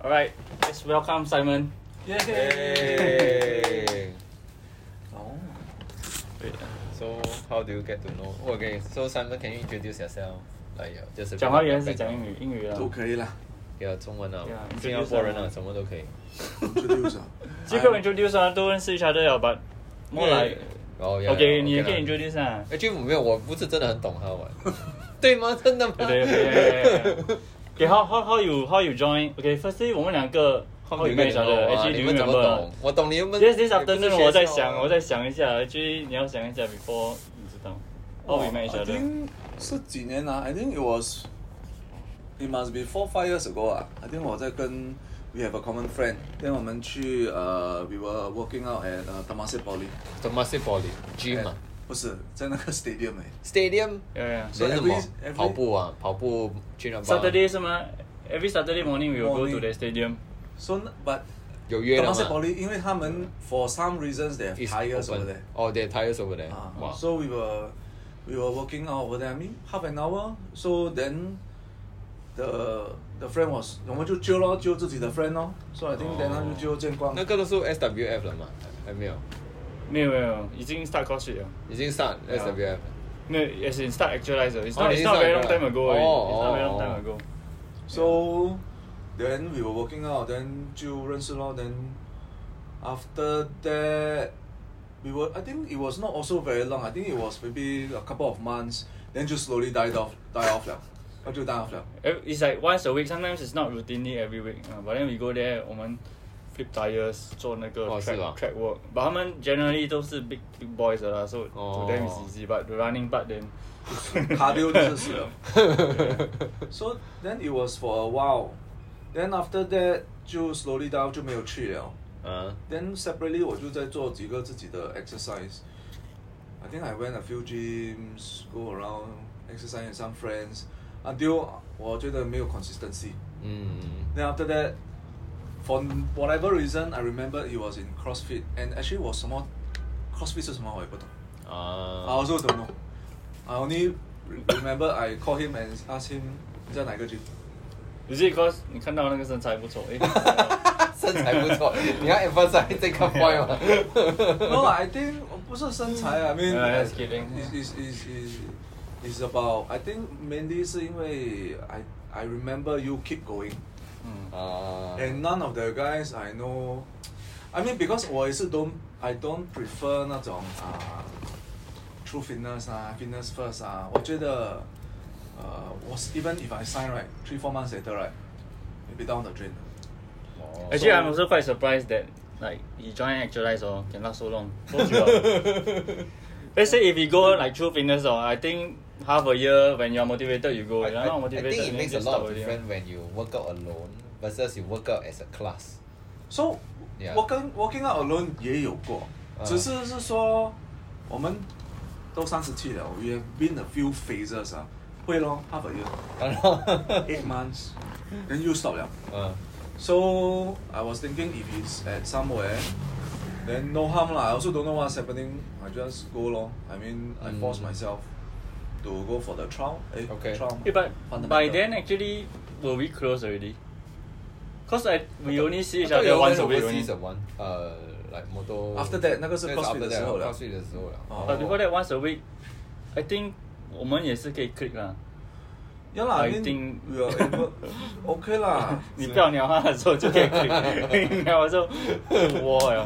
All right, let's welcome Simon. 耶！ Oh, Wait, So how do you get to know? Oh, Okay, so Simon, can you introduce yourself? Like your- just a bit 讲华语 of 还 your 是讲 background. 英语？英语啊。都可以啦。 Yeah，中文啊， Yeah, introduce 新加坡人啊， yourself. 什么都可以。 Introduce 啊 People introduce 啊，都认识 each other 了，but more like 哦，yeah, OK，你也可以 okay 啦 introduce 啊。 actually 哎没有，我不是真的很懂他玩， 对吗？真的吗？对对对 对。Okay, how how how you how you join? Okay, firstly 我们两个 how you met each 你 other? 们怎么懂啊 Actually, 你 do 们 you 怎么 remember? 懂？我懂你们。 This this 你们 afternoon 是我在学校啊想，我在想一下，actually 你要想一下 before 你知道哦 how we met each I other. think 是几年啊？I think it was it must be four five years ago 啊。I think 我在跟 we have a common friend，then 我们去呃、we were working out at 呃 Temasek Poly。 Temasek Poly Gym ah? 啊不是在那个 stadium 哎、 ，Stadium Yeah, yeah. 所以人什么 every- every- 跑步啊，跑步去那啊 Saturday 是吗？Every Saturday morning we will go to Morning. the stadium. s o but 有约了吗 Temasek Poly，因为他们 for some reasons they have It's tires over open. there。 Oh, they have tires over there. Ah, Wow. So we were we were working out over there. I mean half an hour. So then the the friend was 我们就揪咯，揪自己的 friend 咯。So I think then 他就揪见光。Mm-hmm. Oh. 那个都是 SWF 了嘛？还没有，没有没有，已经 start CrossFit 了。已经上 SWF 了。 No, as in start actualizer. It's Oh, not, it it's is not not very long actualizer. time ago. already. Oh, it's not very long oh, time oh. ago. So then we were working out. Then 就认识咯。Then after that. We were, I think it was not also very long. I think it was maybe a couple of months. Then 就 slowly died off, die off 了，它就 die off 了。 Ev- It's like once a week. Sometimes it's not routinely every week. Uh, but then we go there, 我们 flip tires 做那个哦 track、是啊 track work. But 他们 generally 都是 big big boys 的啦，so to 哦 them is easy. But the running part then cardio 就是死了。so then it was for a while. Then after that 就 slowly down 就没有去了。啊 Then separately 我就在做几个自己的 exercise. I think I went a few gyms, go around, exercise with some friends. Until 我觉得没有 consistency. 嗯 Then after that, for whatever reason, I remember it was in CrossFit. And actually 我什么 CrossFit 是什么我也不懂。I 啊， also don't know. I only remember I called him and asked him 在哪个 gym. is it because 你看到那个身材不错，诶 身材不错，你要 emphasize 这个 point 吗？ No, I think 不是身材 I mean uh, Yeah, just kidding. It's, it's, it's, it's, it's about I think mainly 是因为 I I remember you keep going 嗯， 啊 Uh-huh. and none of the guys I know. I mean because 我也是 don't I don't prefer 那种 uh, true fitness 啊 fitness first 啊，我觉得 uh, was even if I sign right three four months later right maybe down the drain. Actually, 哦 So- I'm also quite surprised that like he joined actualize or can last so long. 多久啊 Let's say if you go like true fitness or I think half a year when you're motivated you go. I, If you're not I, I motivated, think it then makes a just lot stop of already. difference when you work out alone versus you work out as a class. So Yeah. working working out alone 也有过，啊只是是说我们都三十七了，we have been a few phases 啊，会咯，half a year, 然后， eight months, then you stop 了。 嗯 So I was thinking if it's at somewhere, then no harm lah. I also don't know what's happening. I just go lor. I mean, I Mm. force myself to go for the trial. Eh, Okay. trial. Yeah, ah. but by Fundamental. then actually were we close already? Cause I we only see each I thought you other once a went week overseas only. at one，呃，like motor。 After that，那个是 CrossFit 的时候了 c o s f i t 的时候了。哦 But before that once a week, I think 我们也是可以 click 啦。 Yeah lah, I I mean, think- we are able. Okay 啦。你不要鸟他的时候就可以 click，鸟的时候就窝了。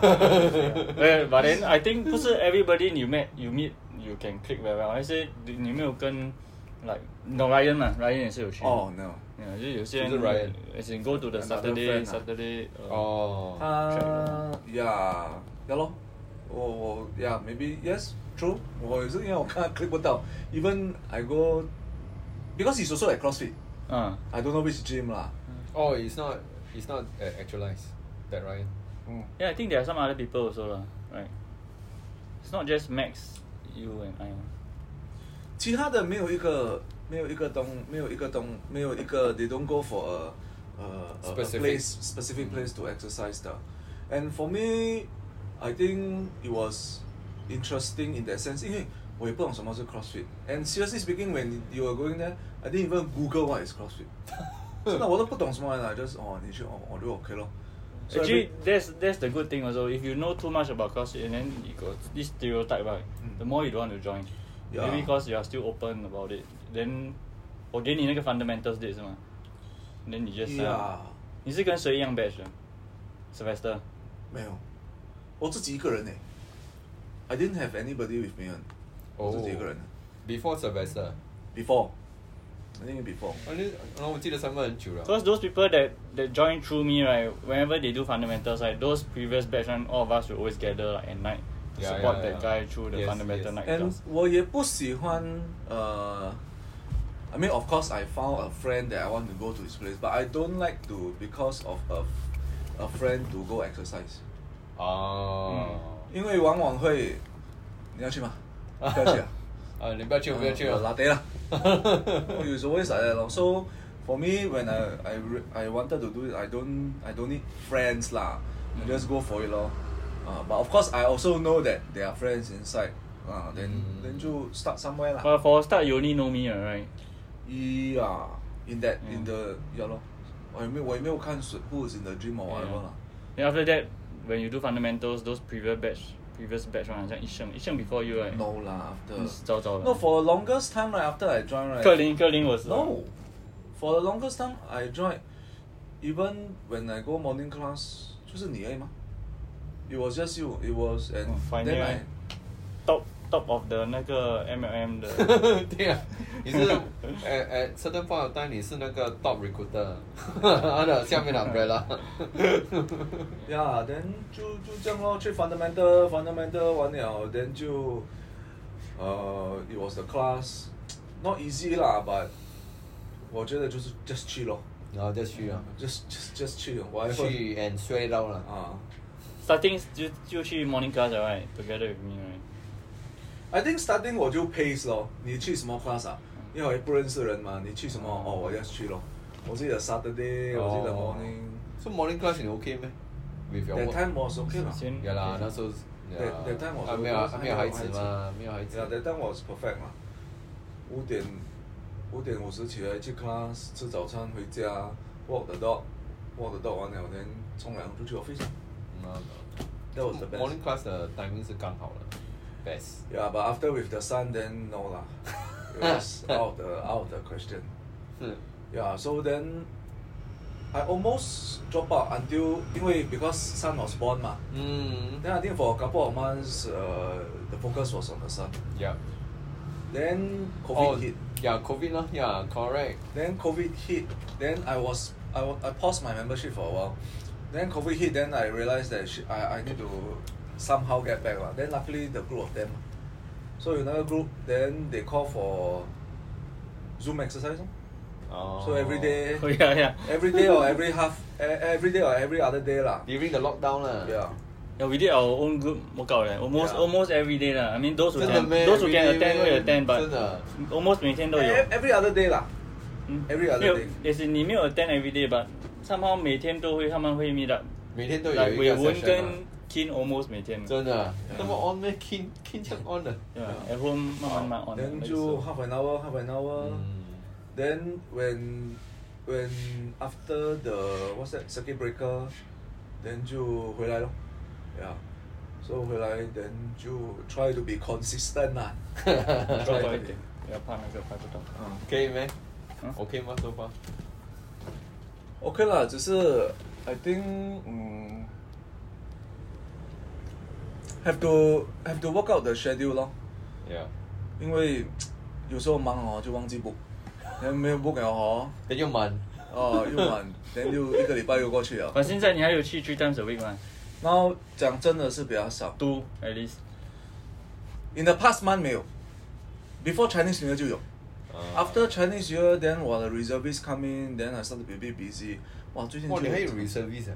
对，but then I think 不是 everybody you met you meet you can click very well，还是你你没有跟 like 你懂 Ryan 嘛？Ryan 也是有去。 Oh no. 嗯，就是有些人就是 Ryan as in go to the Another Saturday friend 啊 Saturday 呃。哦。他呀，呀咯，我我呀，maybe Oh, yes true，我也 Oh, 是因 为我看他 click 不到，even I go because he's also at CrossFit。嗯。 I don't know which gym 啦。 Oh, it's not, it's not uh, actualized. That right? 嗯 Yeah, I think there are some other people also lah, right? It's not just Max, you and I. 其他的没有一个没有一个东没有一个东没有一个 they don't go for a 呃 a, a Specific. place specific place to exercise 的。And for me, I think it was interesting in that sense，因为我也不懂什 么是 CrossFit。And seriously speaking, when you are going there, I didn't even Google what is CrossFit。 真的我都不懂什么人啊 just 哦你去 oh 我就 OK 咯。So Actually, every- that's that's the good thing also. If you know too much about CrossFit and then you got this stereotype, right? Mm. The more you don't want to join, Yeah. maybe because you are still open about it. Then oh, 我给你那个 fundamentals date 是吗 Then you just sign yeah， up. 你是跟谁一样 batch 的？Sylvester 没有，我自己一个人呢。I didn't have anybody with me on，哦。我自己一个人。 Before Sylvester， Before, I think before. 我那然后我记得三个很久了。 Because those people that that join through me, right? Whenever they do fundamentals, like those previous batch, one, all of us will always gather like, at night to Yeah, support yeah, that yeah. guy through the Yes, fundamental yes. night And class. 我也不喜欢呃 I mean, of course, I found a friend that I want to go to his place, but I don't like to because of a, a friend to go exercise. 哦。嗯因为往往会，你要去吗？不要去啊。啊， 你不要去，不要去了。拉低啦。 我 is always like that lor. So for me, when I I re- I wanted to do it, I don't I don't need friends lah. I just go for it lor. Uh, but of course, I also know that there are friends inside. Uh, then Mm. then 就 start somewhere lah. But for a start, you only know me, right? Yeah, uh, in that Mm. in the yeah 咯。我也没有我也没有看谁 who is in the gym or whatever Yeah. lah. Then after that, when you do fundamentals, those previous batch, previous batch one, 好像一胜一胜 before you right? No lah after. 你是早早的。 No for the longest time right after I joined right. 克林克林 was No. For the longest time I joined, even when I go morning class, 就是你而已吗？It was just you. It was and Oh, fine, then yeah. I top top of the 那个 MLM 的 对啊，你是哎哎，certain point of time 你是那个 top recruiter，他 的下面的 umbrella。 yeah then 就就这样咯，去 fundamental fundamental 完了 then 就 uh it was the class not easy lah but 我觉得就是 just 去咯，然后就去啊， just just just 去 whatever 去 and 衰到了。啊。 starting 就就去 morning class 了 right together with me right I think starting 我就 pace 咯，你去什么 class 啊？因为我也不认识人嘛，你去什么哦，我要去咯。我记得 Saturday，、我记得哦 morning。 So morning class 你 OK 咩？With your That work？ time was okay 啦。先 Yeah 啦，那时候。 That- that time 我啊，没有啊没有孩子嘛，没有孩子。 Yeah, that time was perfect 嘛。五点五点五十起来去 class 吃早餐，回家 walk the dog，walk the dog 完了，then 冲凉就去 office 啦。嗯啊 That was the best. Morning class 的 timing 是刚好了，best。 Yeah, but after with the sun, then no lah. It was out of the out of the question. 是 Yeah, so then I almost drop out until 因为 because son was born 嘛。嗯 Then I think for a couple of months, uh, the focus was on the son. ，Yeah。 Then COVID Oh, hit. yeah, COVID 啦，yeah, correct. Then COVID hit. Then I was I, wa- I paused my membership for a while. Then COVID hit. Then I realized that sh- I I need to somehow get back lah. Then luckily the group of them. So in another group, then they call for Zoom exercise. lor. Oh. So every day. Oh yeah yeah every day or every half e- every day or every other day lah. during the lockdown 啦。 Yeah. yeah we did our own group workout 嘞 almost Yeah. almost every day 啦 I mean those who 真的 can 咩 those who can Everyday attend 会 meh？ attend but 真的 almost 每天都有 E- Every other day lah. 嗯 every other 没有 day 也是你没有 attend every day but somehow 每天都会他们会 meet up 每天都有 like 一伟个文 session 跟 ah. 嘛 Kin almost 每天真的那么 on 咩？King King 这样 on 的。 Yeah, at home 慢慢慢 on 类 then 似就 half an hour, half an hour. 嗯 Then when when after the what's that circuit breaker, then 就回来咯。Yeah. So 回来 then 就 try to be consistent 啦。多一点，不要怕那个拍不到。嗯。 可以咩嗯？OK 吗？So far？ OK 啦，只是 I think 嗯，have to have to work out the schedule 咯。 Yeah。因为有时候忙哦就忘记 book，然 后没有 book 了哦，那就满。哦又晚，然后又一个礼拜又过去了。反正现在你还有去 three times a week 吗然后讲真的是比较少？Two at least。 ，in the past month 没有，before Chinese New Year 就有。After 啊 Chinese New Year, then 我的 reservist come in, then I start to be a bit busy。哇，最近就哦哇，你还有 reservice 啊？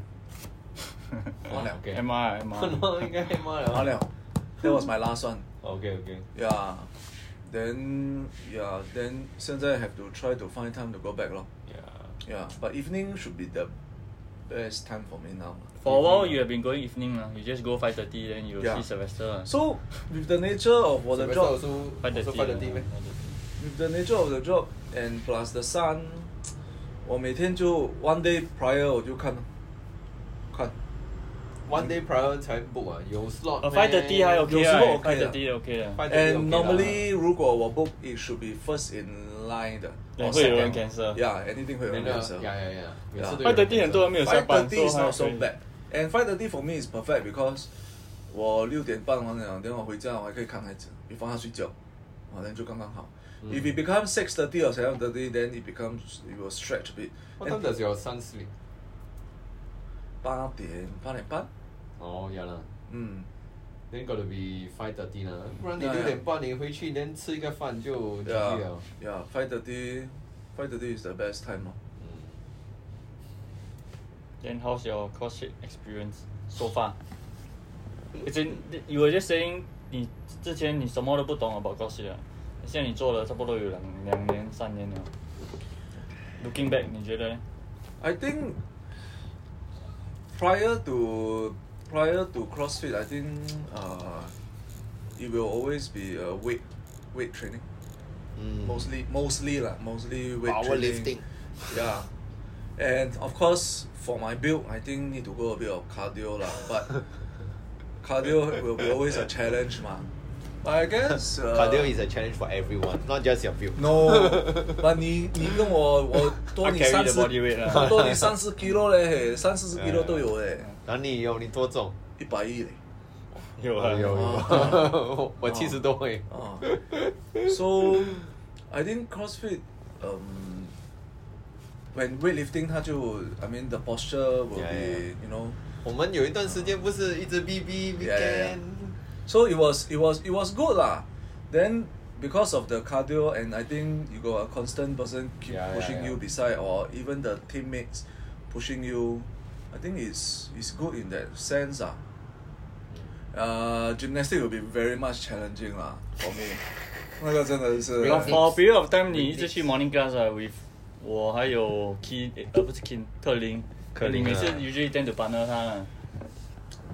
完了， OK M R M 那 R。 应该妈完了。That was my last one. OK OK。 Yeah. Then yeah, then 现在 have to try to find time to go back 咯。 Yeah. Yeah, but evening should be the best time for me now. For a while you have been going evening 啦，you just go five thirty then you Yeah. see Sylvester 啦。 So with the nature of 我的 Sylvester job, also five also 啊 thirty five thirty 咩？ with the nature of the job and plus the sun, 我每天就 one day prior 我就看，看， One day prior 才 book 啊，有 slot 呃 Oh, 咩。 ，five thirty 还 OK 有时啊候 f i OK v 的 e thirty OK 的， Five- And 对就 OK 啦 normally 如果我 book it should be first in line 的，对 or 会有人 second cancel Yeah，一定会有人真的 cancel。呀呀呀，每次都 Five 有 thirty 很多人没有下班 Five thirty 所以 is not so 还可以 bad. And five thirty for me is perfect because 我六点半完了，等我回家我还可以看孩子，你放他睡觉，啊，那就刚刚好。嗯 If it becomes six thirty or seven thirty, then it becomes it will stretch a bit. What time does your son sleep？八点八点半，哦，呀啦。嗯， Then gotta be five thirty 啦，不然你对啊六点半你回去，连吃一个饭就 GG 了。 yeah, five thirty, five thirty is the best time 哦咯。嗯 Then how's your CrossFit experience so far? As in, you were just saying 你之前你什么都不懂 about CrossFit 啊，现在你做了差不多有两两年三年了。Looking back，你觉得呢？ I think prior to prior to CrossFit, I think uh, it will always be uh, weight weight training. Mm. 嗯 Mostly mostly lah, mostly weight Powerlifting. training. Yeah. And of course, for my build, I think need to go a bit of cardio lah. But cardio will be always a challenge, ma. But I guess uh, Cardio is a challenge for everyone, not just your field. No，那你你跟我我多你 I carry the 三十 body weight lah. 啦多你 三十 kilo 嘞，嘿三四十 kilo 都有嘞，然后你有你多重？一百一嘞，有啊哦有有哦， 我七十多会。啊，so I think CrossFit，嗯，when weightlifting 它就，I mean the posture will Yeah, be yeah, you know。我们有一段时间不是一直 B B B Yeah, yeah, N， So it was it was it was good lah. Then because of the cardio and I think you got a constant person keep Yeah, yeah, pushing yeah. you beside or even the teammates pushing you, I think it's it's good in that sense ah. Uh, gymnastics will be very much challenging lah for me. 那个真的是 But 啊 for a period of time，你一直去 morning class 啊，with 我还有 Kin，诶呃不是 Kin，特林，特林林啊每次 usually tend to partner 他啦。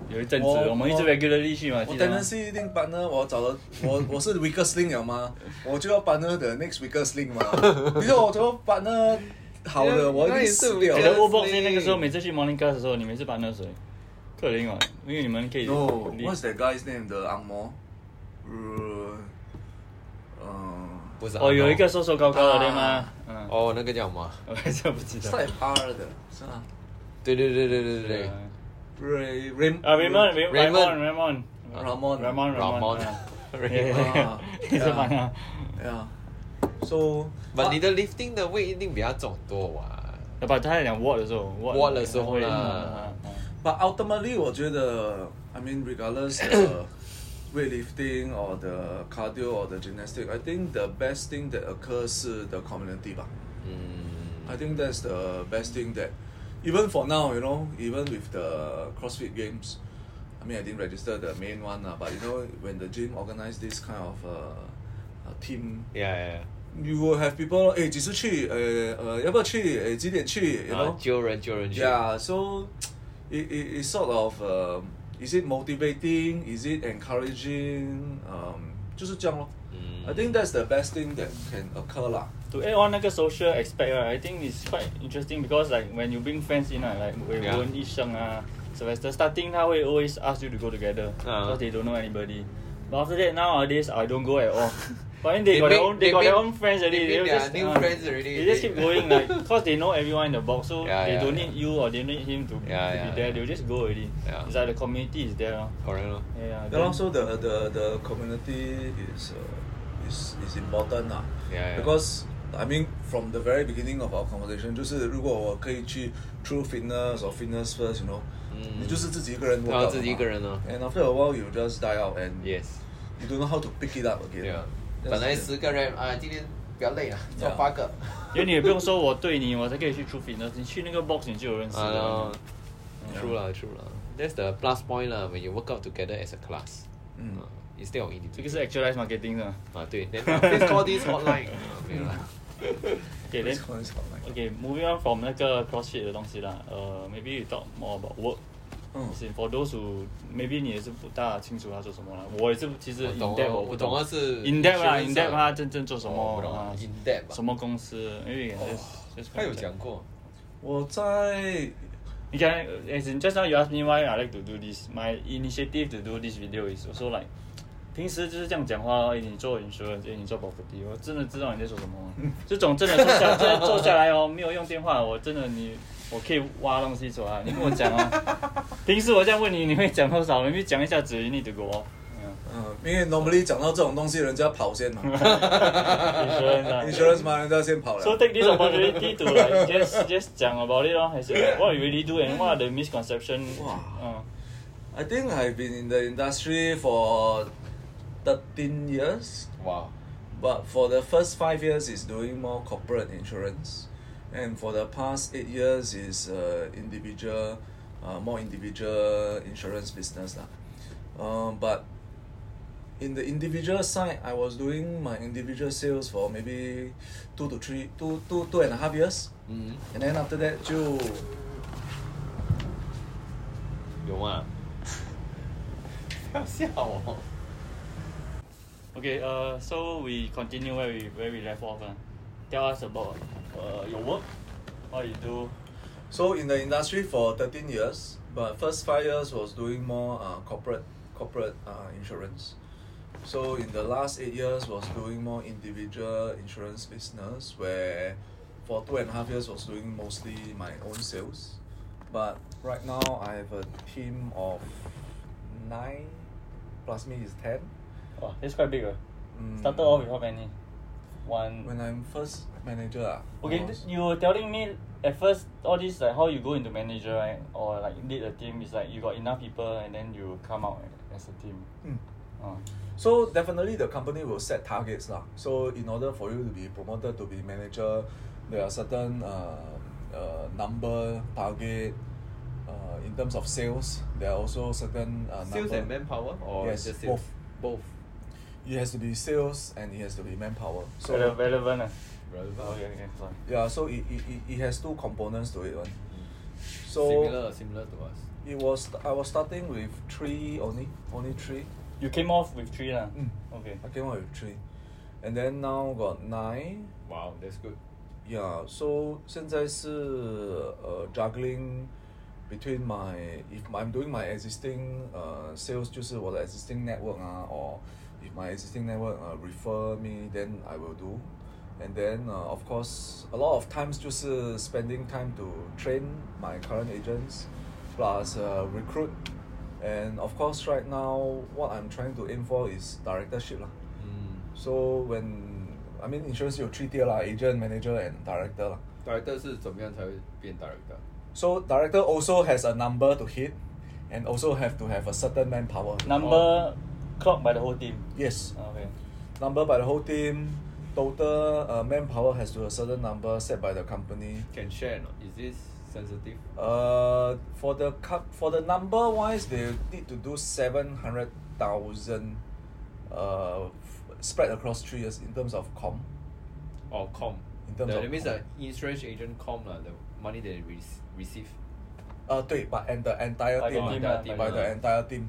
有一阵子，我我们一直我 regularly 去嘛，我记得吗 tendency 一定 partner，我找了我我是 weaker sling 了 吗？我就要 partner 的 next weaker sling 嘛。你说我怎么 partner 好的，我一那定也是死掉你了。的 weaker- o b o x 那个时候，每次去 morning class 的时候，你每次搬那谁？克林啊，因为你们可以 No, 你 what's that guy's name? The ang mo. Uh, uh, 不是。哦，有一个瘦瘦高高的对吗啊？嗯，哦，那个叫什么？ 我还真不记得。 start with R 的，是吗？对对对对对对对对啊。 Ray Ray 啊，Raymond Raymond Raymond Raymond Ramon Raymond Ramon Raymond，你是搬啊？ Yeah. So, 把你 but 的 lifting 的位一定比他重多啊哇。要不他在讲 what 的时候 Ward 的时候会啦嗯嗯 but ultimately 我觉得，I mean regardless the weightlifting or the cardio or the gymnastic, I think the best thing that occurs 是 the community 吧。嗯。 I think that's the best thing that, even for now, you know, even with the CrossFit Games, I mean, I didn't register the main one, lah, but you know, when the gym organize this kind of uh, uh, team, yeah yeah, you will have people, hey, uh, 几时去？呃呃，要不要去？呃，几点去？You Ah, 然啊 know? 后揪人揪人去。 Yeah, so it, it, it's sort of, um, is it motivating? Is it encouraging? Um, 就是这样咯。嗯 I think that's the best thing that can occur lah. To add on 那个 social aspect right, I think it's quite interesting because like when you bring friends in ah, like Wei Yeah. Wen, Yi Sheng ah, Sylvester, starting 他会 always ask you to go together Ah. because they don't know anybody. But after that nowadays I don't go at all. But then They they, got their make- own they, they got their make- own friends already. they make will their just, new ah, friends already. They just keep They- going like because they know everyone in the box, so Yeah, they yeah, don't yeah. need you or they don't need him to, Yeah, to be yeah, there. yeah. They'll just go already. Yeah. It's like the community is there. lor. correct 咯。 Yeah, yeah. Yeah, then- also the the the community is uh, is is important lah. Yeah, yeah. Because I mean from the very beginning of our conversation，就是如果我可以去 True Fitness or Fitness First，you know，、嗯你就是自己一个人对啊 workout 的嘛自己一个人哦 And after a while you just die out and Yes。 you don't know how to pick it up again. 对啊。 That's 本来 the- 十个人啊，今天比较累啊，做 Yeah 八个。因为你也不用说我对你，我才可以去出 fitness。你去那个 box 你就有认识了啊。，true 啦 true 啦。That's the plus point 啦，when you work out together as a class。Ah, Mm. 嗯啊，instead of 这 individual。个是 actualize marketing 的。啊对，then Ah, please call this hotline Ah, 啊。没有啦。Mm. Okay, then It's quite- it's quite like- okay, moving on from 那个 CrossFit 的东西啦。呃、m a y b e you talk more about work. 嗯 As in for those who maybe 你也是不大清楚他做什么啦。我也是其实我 in 懂啊 depth 我不懂啊是 in depth 啦 insurance ，in depth 啊他真正做什哦我么不懂啊啊？ in depth 啊什么公司？因为也是 Just 他有 contact. 讲过，我在 You can, as in just now you asked me why I like to do this. My initiative to do this video is also like，平时就是这样讲话咯。哎，你做 insurance，哎，你做 property，我真的知道你在说什么。这种真的坐下，真的坐下来哦，没有用电话，我真的你，我可以挖东西出来。你跟我讲哦，平时我这样问你，你会讲多少？你讲一下子，you need to go off。嗯，因为 normally 讲到这种东西，人家跑 先嘛 Insurance 啊。 ，insurance 嘛，人家先跑了。 So take this opportunity to like just just 讲 about it 咯，还是 what you really do and what are the misconception？哇嗯 I think I've been in the industry for 13 years, 哇， but for the first five years is doing more corporate insurance, and for the past eight years is uh, individual, uh, more individual insurance business lah. Um, but in the individual side, I was doing my individual sales for maybe two to three, two, two, two and a half years, Mm-hmm. 嗯， and then after that 就有 啊，不要笑我， Okay, uh, so we continue where we where we left off. Uh. Tell us about uh, your work, what you do. So in the industry for 13 years, but first five years was doing more uh, corporate corporate uh, insurance. So in the last eight years was doing more individual insurance business where for two and a half years was doing mostly my own sales. But right now I have a team of nine plus me is ten. Wow, it's quite big. Uh. Mm. Started off with how many? One. When I'm first manager ah, Hmm. okay, I th- was- you were telling me at first all this like how you go into manager right or like lead a team is like you got enough people and then you come out as a team. Mm. Uh. So definitely the company will set targets lah. So in order for you to be promoted to be manager, there are certain uh, uh, number target. Uh, in terms of sales, there are also certain uh, sales and number. manpower or Yes, just sales? both It has to be sales and it has to be manpower. So So relevant. Uh. Oh, relevant Okay, okay, sorry. yeah, so it, it, it- it has two components to it. One. So Mm. similar similar to us it was I was starting with three only only three. You came off with three lah. Mm. Okay. I came up with three, and then now got nine. wow that's good Yeah, so 现在是 uh, juggling between my if I'm doing my existing uh sales 就是我的 existing network 啊 or if my existing network uh, refer me then I will do and then uh, of course a lot of times 就是 spending time to train my current agents plus uh, recruit and of course right now what I'm trying to aim for is directorship lah. mm. So when I mean insurance 有 three tier 啦，agent、manager and director 啦。 director 是怎么样才会变 director So director also has a number to hit, and also have to have a certain manpower. Number clocked by the whole team. Yes, Okay. number by the whole team. Total uh, manpower has to a certain number set by the company. can share or not? is this sensitive Uh, for the cup for the number wise, they need to do seven hundred thousand, uh, f- spread across three years in terms of com. or com In terms that, of that means com. the insurance agent com lah the money they re- receive 呃，对，but Uh, and the entire By the team, team by, lah, the, by the team. entire team,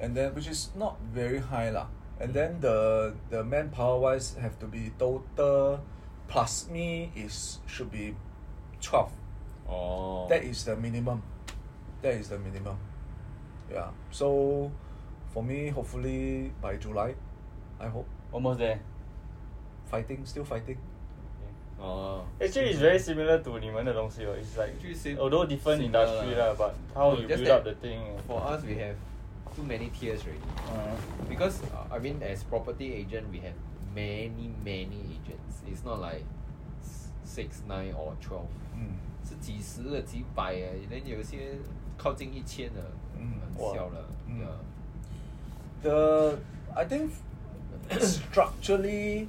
and then which is not very high lah. And then the the manpower wise have to be total plus me is should be twelve. oh That is the minimum. That is the minimum. Yeah. So for me, hopefully by July, I hope Almost there. fighting still fighting. Okay. oh Actually, it's very similar to 你们的东西 oh. It's like Actually, same- although different similar industry lah, lah. but how No, you just build that up the thing. for us we have too many tiers already Uh, Because uh, I mean, as property agent, we have many many agents. It's not like s- six, nine or twelve. 嗯，是几十的、几百的，then 有一些靠近一千的，嗯很哇小了，嗯对啊 the I think structurally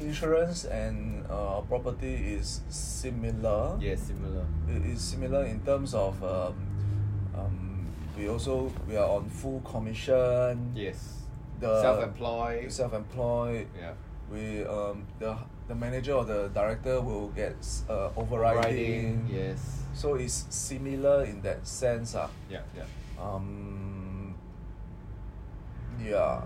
insurance and uh, property is similar. Yeah, similar. It is similar in terms of um, um, we also we are on full commission. Yes. The Self-employed. Self-employed. Yeah. We um the the manager or the director will get s- uh, overriding. Riding, Yes. So it's similar in that sense. Ah. Yeah, yeah. Um, yeah,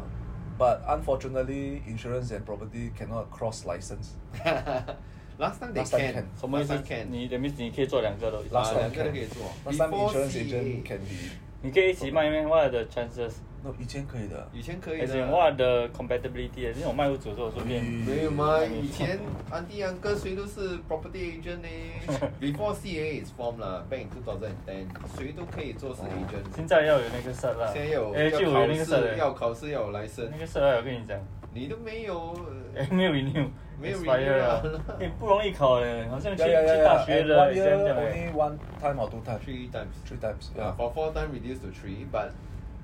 but unfortunately, insurance and property cannot cross license. Last time they Last time can. can. 什么意 Last 思 time？can. 你的 means 你可以做两个都， Last 啊 time 两个 can. 都可以做。 Last time Before insurance CA agent can be 你可以一起卖咩？What are the chances？ no 以前可以的，以前可以而的且。what are the compatibility？那种卖屋主说我顺便嗯没有嘛？以前安迪安哥谁都是 property agent 呢，before CA is formed 啦，back in two thousand and ten，谁都可以做是 agent。现在要有那个 cert 啦，现在有哎，就要有考那个 cert，试，了要考试要有 license，那个 cert 啊我跟你讲，你都没有。呃哎，没有 renew，没有 expire 了 renew 啊哎，不容易考嘞，好像去呀呀呀去大学 and 的 one exam 这 year 样哎 only one time or two time Three times. three times Yeah, yeah for four time reduced to three, but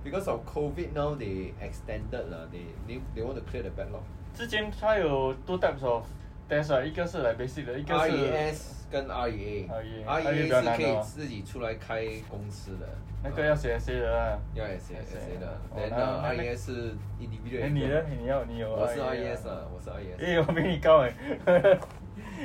because of COVID now they extended lah. They they they want to clear the backlog. 之前它有 two types of test 啊，一个是来 basic 的，一个是 RES E 跟 REA。 REA REA E 比较 REA E 是难可的以哦自己出来开公司的。那个要写 essay 的啊。要 S S A 的哦，then 那 uh, 呃那 RES 是 individual。哎，你呢？？你要你有？E 我是 RES 啊，。我是 RES。哎，我比你高 哎。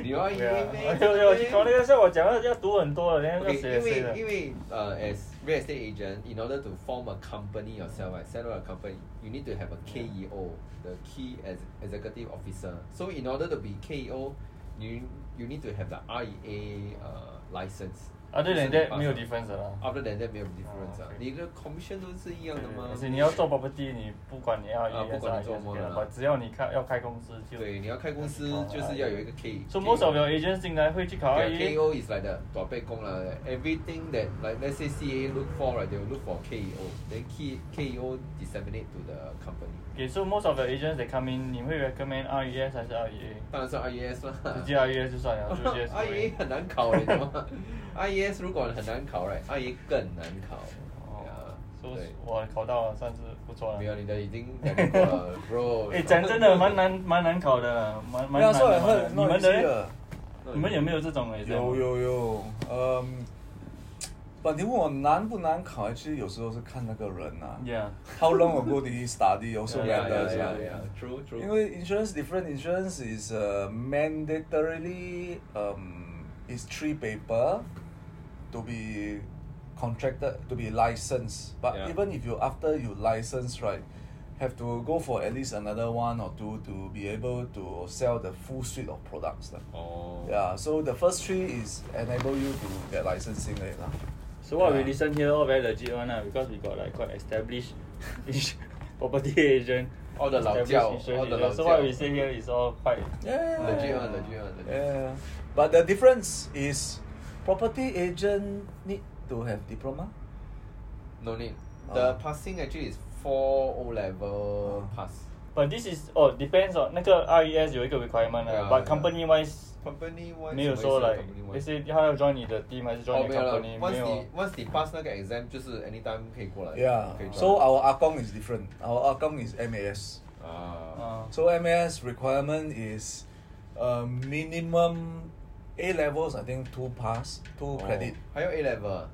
你要 REA 咩？对对，我去考那个时候，我讲要要读很多的，人家要 Okay, 写 essay 因为的。因为呃、as real estate agent, in order to form a company yourself, right, set up a company, you need to have a KEO, the key as executive officer. So in order to be KEO, you you need to have the REA uh, license. Other than 就是你 that， pass 没有了 difference 了啦。 Other than that 没有 difference 哦啊，，OK 你的 commission 都是一样的吗？而且你要做 property，你不管你要 E 啊不管你做什么的啦 ES 啊只要你开要开公司就。对，你要开公司就是要有一个 K。 So most of your agents 进来会去考 E Yeah, IE， KEO is like the 大背公啦，everything that like let's say CA look for right, they will look for KEO. Then K KEO disseminate to the company. 给 so most of your agents they come in，你会 recommend RES 还是 E REA？当然是 IES 啦，直接 RES 就算了，直 接 IES 很难考，你知道吗 ？IES 如果很难考，right，IE 更难考。哦，所以对，我考到了，算是不错了没。有你的已经两年过了 ，bro。哎，讲真的， 蛮难蛮难考的啦，蛮蛮没有难所以的。很你们很呢？的你们有没有这种 exam？有有有，嗯，本题问我难不难考，其实有时候是看那个人呐、 ？Yeah。 How long ago did he study also 啊 Yeah, yeah, matters. yeah, right? yeah. True, true. 因为 insurance different insurance is uh, mandatorily um is three paper to be contracted to be licensed. But Yeah. even if you after you license right, have to go for at least another one or two to be able to sell the full suite of products. lah. 哦 Yeah, so the first three is enable you to get licensing rate. lah. So what we Yeah. listen here all very legit one lah because we got like quite established ins- property agent. All the 老 established 教 insurance all the agent. 老 So what 教 we say here is all quite Yeah. Legit one, legit one, legit. Yeah. But the difference is property agent need to have diploma. No need. Oh. The passing actually is four O level Oh. pass. But this is oh depends on 那个 RES 有一个 requirement 啦 Yeah, but yeah. company wise Company one 没有说 like company they one. say 他要 join 你的 team 还是 join 哦，你没的有了。 company uh, Once 没有你 once 你 pass 那个 exam，就是 anytime 可以过来。 Yeah. 可以 So 过来 our akong is different. Our akong is MAS. 啊，啊 So MAS requirement is uh, minimum A levels I think two pass two Oh. credit. 还有 A level 啊。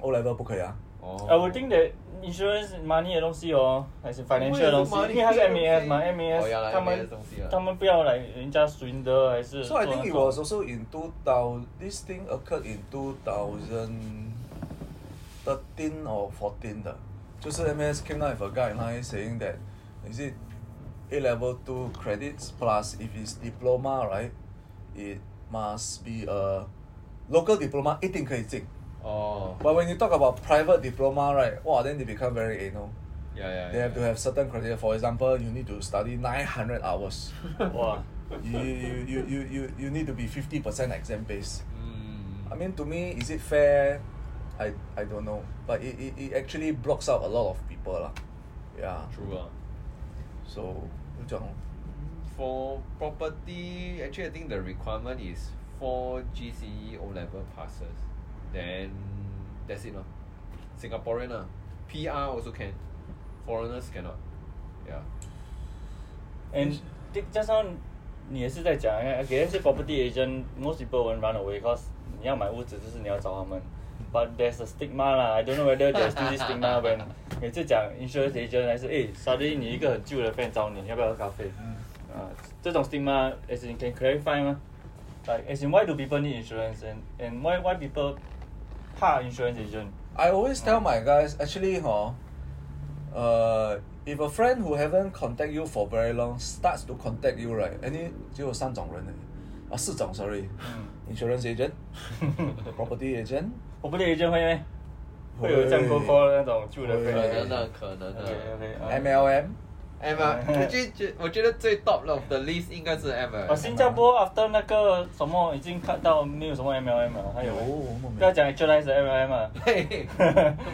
O level 不可以啊。哦 I would think that insurance money 的东西哦，还是 financial 的东西， money 因为它是的东西 MAS 嘛哦呀，MAS 啦他们 MAS 东西啊他们不要来人家寻的，还是 So I 做 think 那 it 种 was also in 2000, this thing occurred in 2013 or 14 the. 就是 MS came out with a guideline saying that is it A level 2 credits plus if it's diploma right it must be a local diploma 一定可以进哦 but when you talk about private diploma right wow then they become very anal ，yeah yeah。 they have to have certain criteria for example you need to study 900 hours 哇。 you you, you, you, you, you need to be 50% exam based. 嗯。 I mean, to me, is it fair? I, I don't know. But it, it, it actually blocks out a lot of people. lah. Yeah. True ah. 啊。 So, 就这样 For property, actually, I think the requirement is four GCE O level passes. Then that's it, no. Singaporean, ah. PR also can. Foreigners cannot. Yeah. And th- just now 你也是在讲，OK，那些 property agent most people won't run away because 你要买屋子就是你要找他们。But there's a stigma 啦，I don't know whether there's still this stigma when 每次讲 insurance agent 还是哎 s o r r y 你一个很旧的 friend 找你，要不要喝咖啡？啊，这种 stigma as in can clarify 吗？Like as in why do people need insurance and and why why people 怕 insurance agent？ I always tell my guys, actually, huh, uh, if a friend who haven't contact you for very long starts to contact you, right, any 只有三种人而已啊，四种，sorry，嗯 insurance agent, property agent，我不对，这会咩？会有这样勾勾的那种旧的会飞可机能啊的，可能的。 OK OK MLM，M 啊，我觉觉我觉得最 top of the list 应该是 M 啊。哦，Oh, 新 加坡 after 那个什么已经看到没有什么 MLM 了，还有没不要有，讲 actualize MLM 啊， 嘿，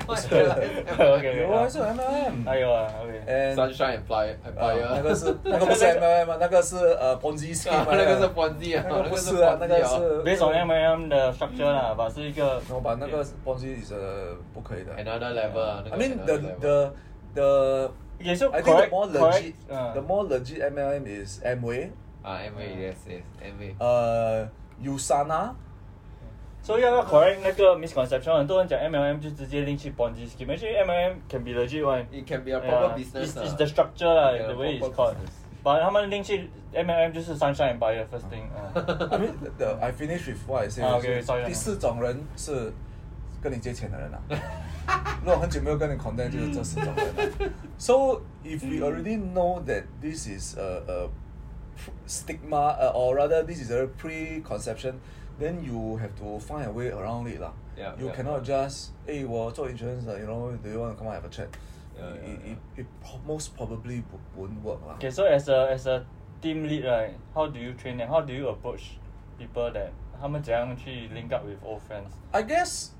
我觉得 OK 有啊，是 MLM，还有啊，OK， And- Sunshine and Fire and 啊 Fire，那个是那个不是 MLM 啊，那个是呃 Ponzi scheme，啊啊那个是 Ponzi 啊，那个不是啊啊，，那个是别种 MLM 的 structure 啦，把是一个我把那个 Ponzi 是不可以的。 another level 啊。那 I 个 mean another the level the the 也是 I think the correct more legit correct，嗯， the more legit MLM is Amway, 啊，M Ah, A yes yes M A。呃 Usana，所以要要 correct 那个 misconception，很多人讲 MLM 就直接拎去 Ponzi scheme，actually MLM can be legit one。 It can be a Yeah, proper business it's, it's 啊 the structure lah, Yeah, the way it's proper called. business. But 他们 link 去 MLM 就是 Sunshine and Buyer first thing 啊。 I mean the- the I finish with what I say 啊就，OK，是。 sorry 第四种人是跟你借钱的人 啊。如果很久没有跟你 contact，就是这四种人啊。So if we already know that this is a a stigma, uh, or rather this is a preconception, then you have to find a way around it lah. Yeah, You yeah. cannot just, hey, 我做 insurance 的，you know, do you want to come out have a chat? Yeah, It- yeah, It, it, it pro- most probably wo- won't work lah. Okay, so as a as a team lead right, how do you train them? How do you approach people that 他们怎样去 link up with old friends? I guess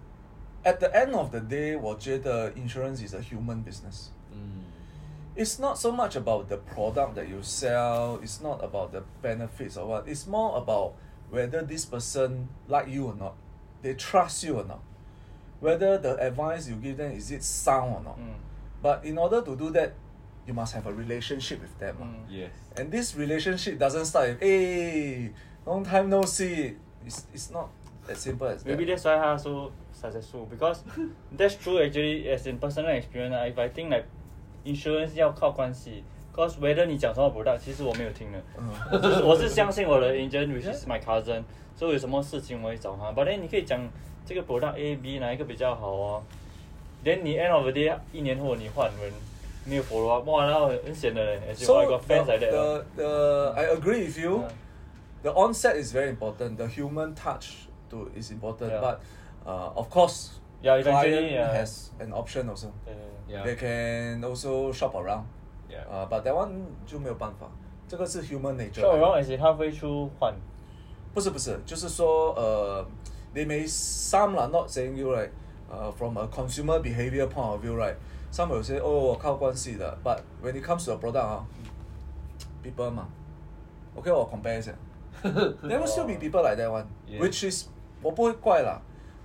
at the end of the day, 我觉得 insurance is a human business. Mm. 嗯 It's not so much about the product that you sell. It's not about the benefits or what. It's more about whether this person like you or not. They trust you or not. Whether the advice you give them is it sound or not. 嗯 But in order to do that, you must have a relationship with them. ah. 嗯， ，yes。 And this relationship doesn't start with hey, long time no see. It's it's not as simple as that. Maybe that's why 他 so successful because that's true actually as in personal experience. ah, If I think like insurance 要靠关系，cause whether 你讲什么 product，其实我没有听的。嗯我是我是相信我的 agent which is my cousin，所以有什么事情我会找他。But then 你可以讲这个 product A B 哪一个比较好哦。Then 你 end of the day 一年后你换人，没有 follow up，哇，那很很显的嘞。As So you I got fans like that. ah. the, the, the- I agree with you. Yeah. The onset is very important. The human touch to is important, Yeah. but uh, of course, Yeah, client eventually, yeah. has an option also. 嗯对对对 Yeah. They can also shop around. Yeah. Uh, but that one 就没有办法，这个是 human nature. So around as in halfway through 换。不是不是，就是说呃、uh, they may some lah not saying you right, uh, from a consumer behavior point of view right, some will say oh 靠关系的 but when it comes to a product 啊、people 嘛，OK 我 compare 一下，there will still be people like that one, Yeah. which is 我不会怪 lah,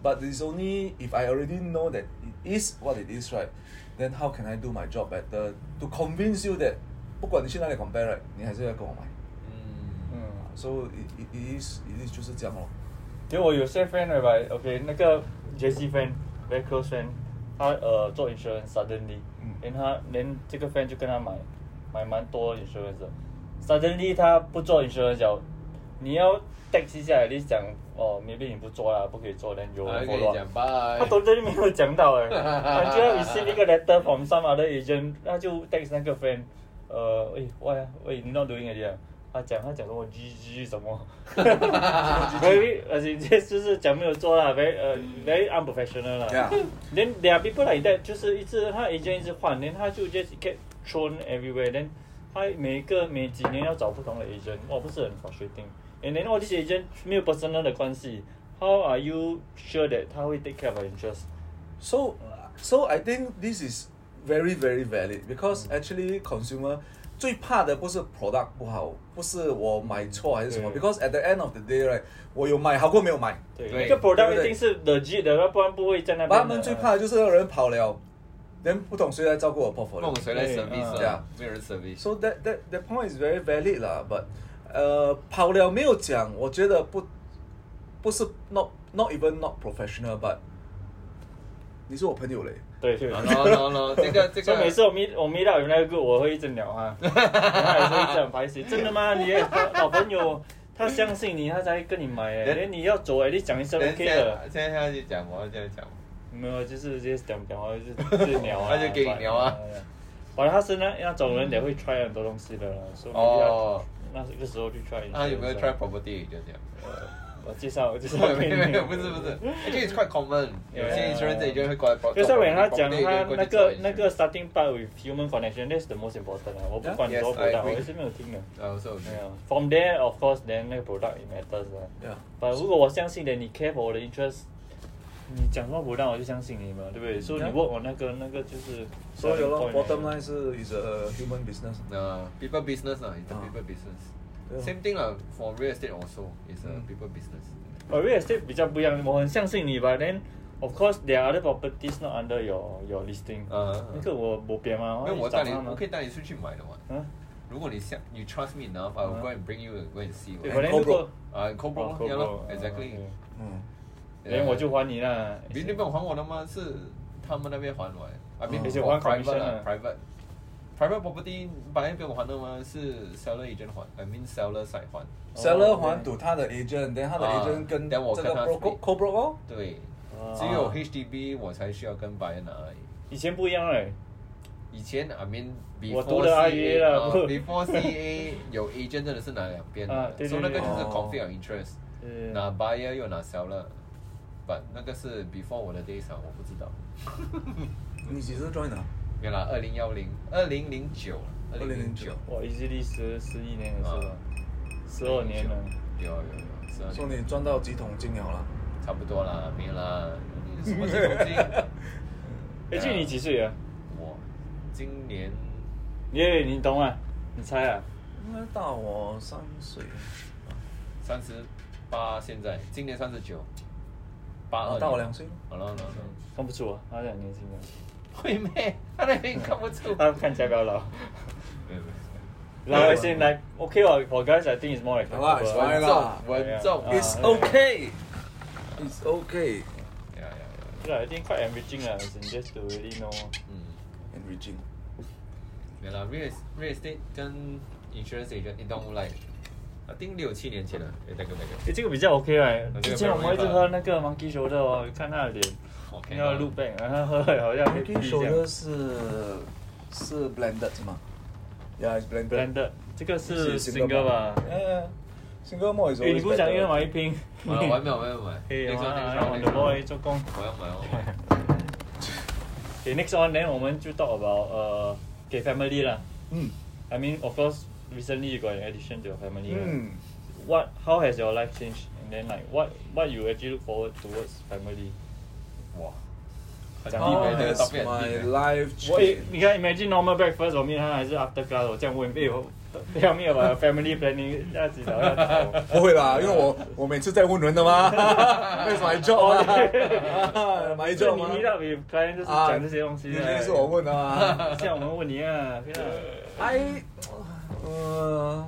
but it's only if I already know that it is what it is right, then how can I do my job better to convince you that 不管你去哪里 compare right，你还是要跟我买。嗯，嗯。 So it, it it is it is 就是这样咯。因为我有些 friend right, but OK 那个 JC friend very close friend，他呃做 insurance suddenly，嗯连他连这个 friend 就跟他买买蛮多 insurance 的，suddenly 他不做 insurance 了，你要 text 一下，你讲哦 maybe 你不做啦，不可以做，then 有人还啊可 follow 以 up 讲他 bye。 totally 没有讲到哎、欸，他就要 receive 一个 letter from some other agent，他就 text 那个 friend，呃，喂，why 啊，喂，you not doing it 啊？他讲他讲什么 GG 什么，very 而且这就是讲没有做啦，very 呃、very unprofessional 啦。 Yeah. Then there are people like that，就是一直他 agent 一直换，then 他就 just get thrown everywhere，then 他每个每几年要找不同的 agent，哇，不是很 frustrating。And then all these agent 没有 personal 的关系，how are you sure that 他会 take care of your interest？ So so I think this is very very valid because actually consumer 最怕的不是 product 不好，不是我买错还是什么对，because at the end of the day right，我有买好过没有买。对，对一个 product 对一不对定是 legit 的，要不然不会在那边的。啊他们最怕的就是有人跑了，人不懂谁来照顾我 portfolio 梦。谁来 ah. service 啊啊？没有人 service。 So that that that point is very valid 啦，but 呃跑了没有讲，我觉得不不是 not not even not professional，but 你是我朋友嘞。对对。 no no no，这个 这所以个每次我 meet 我 meet 到有那个 group，我会一直聊 啊，然后也是一直很排斥。真的吗？你也老朋友，他相信你，他才跟你买诶。 人连你要走哎诶，你讲一声等 OK 一下的。现在下去讲，我要这样讲。没有，就是就是讲讲啊，就是就是聊啊 ，哎那就给你聊啊 Oh, 反正。反正他是那那种人也会 try 很多东西的啦，所以哦，那那个时候去 try 啊，有没有 ah, try insurance 啊 property agent 这样？我介绍，我介绍 没给有你。没有，不是不是，actually it's quite common，有 Yeah. 些 insurance agent 会过来 pro- 就是 when 他 property 讲 agent 他过去那个做那个 insurance starting part with human connection，that's the most important 啊！我不 Yeah. 管多 Yes, I product，我 agree. 也是没有听的。 I also agree. 没有，from there of course then 那个 product it matters 啊。 Yeah. 但如果我相信的，你 care for 我的 interest，你讲什么 product 我就相信你嘛，对不对？所以你 Yeah. work 我那个那个就是。啊 So your long bottom line 是 is a human business. Uh, people business lah, it's a Ah. people business. Yeah. Same thing lah for real estate also, it's a Mm. people business. 我 real estate 比较不一样，我很相信你吧。Then of course there are other properties not under your your listing。啊啊那个我我别嘛，因为我找带你他，嘛我可以。带你出去买的嘛。嗯，如果你想，you trust me enough, I will 啊 go and bring you and go and see. 对， And 反正 co-broke 如果啊，co-broke Oh, 咯，yeah 咯 co-broke， ，exactly 啊嗯， ，OK 连我就还你啦。你那边有还我的吗？是他们那边还我，I mean 嗯 for 是还 private commission 啦啊，private。Private property 本来不用还的吗？是 seller agent 还，I mean seller 才还。 Seller 哦还赌他的 agent，等他的啊 agent 跟这等我个跟他 bro split co bro 哦。对，啊只有 HDB 我才需要跟 buyer 拿而已。以前不一样哎，以前 I mean 我 before 读的 CA REA 啦啊不 before CA 有 agent 真的是拿两边的，啊对所以那对个对就是哦 conflict of interest，、呃拿 buyer 又拿 seller。But 那个是 before 我的 days 啊，我不知道。你几时 join 啊的？原来二零幺零、二零零九、二零零2009九，我 easily 十十一年了是吧啊？十二年了。有啊有啊有啊，是啊，说你赚到几桶金了啦？差不多啦，没啦，你什么时候进？ 哎，俊你几岁啊？我今年耶，你懂啊？你猜啊？应该大我三岁。三十八，现在今年三十九，八啊二大我两岁咯好了好了好了。看不出啊，他很年轻的，会咩？他那边看不出。啊他看起来比较 老。没有没有然后 in like okay 啊，for guys I think it's more like 好啦 couple 好啦哎啊稳重，Yeah. 稳重。It's- It's Ah, okay. 啊 It's okay. Yeah, yeah, yeah. Yeah, I think quite enriching lah, as in just to really know. 嗯， Enriching. 没了。Real est- real estate 跟 insurance agent，你懂我 like，I think 六七年前了，哎那个那个。诶，这个比较 OK 哎、这之个前我们一直喝那个 Monkey Shoulder 哦，看他的脸， OK 看到 look back，然后喝好像黑啤 Monkey 这 shoulder 样。是是 blended 是吗？Yeah, it's blended. Blended，这个是 single single 吧？ Yeah, yeah. Single malt is 诶，你 always 不想 better. 又买一瓶？我要 买没有没有买。诶， Next 好 one, 啊 next 然后 one, on the next one. boy 做工。我要买我要买。 Okay, next on then 我们就 talk about 呃、给 family 啦。嗯 I mean, of course, recently you got an addition to your family. lah. 嗯 What? How has your life changed? And then like what? What you actually look forward towards family? 哇，Oh, 很 How 厉害 How 这个 has 照片很 my 厉害 life 我也 changed? 你看，imagine normal breakfast 我面他还是 after class，我这样问，哎 呦，表面把 family planning 要几条要几条。不会啦，因为我我每次在问人的 嘛，为什么 my job 啊 ？my 就 job ah. 你吗？Oh, meet up with client 就是讲这些东西这的。些是我问的嘛。像我们问你啊， I 呃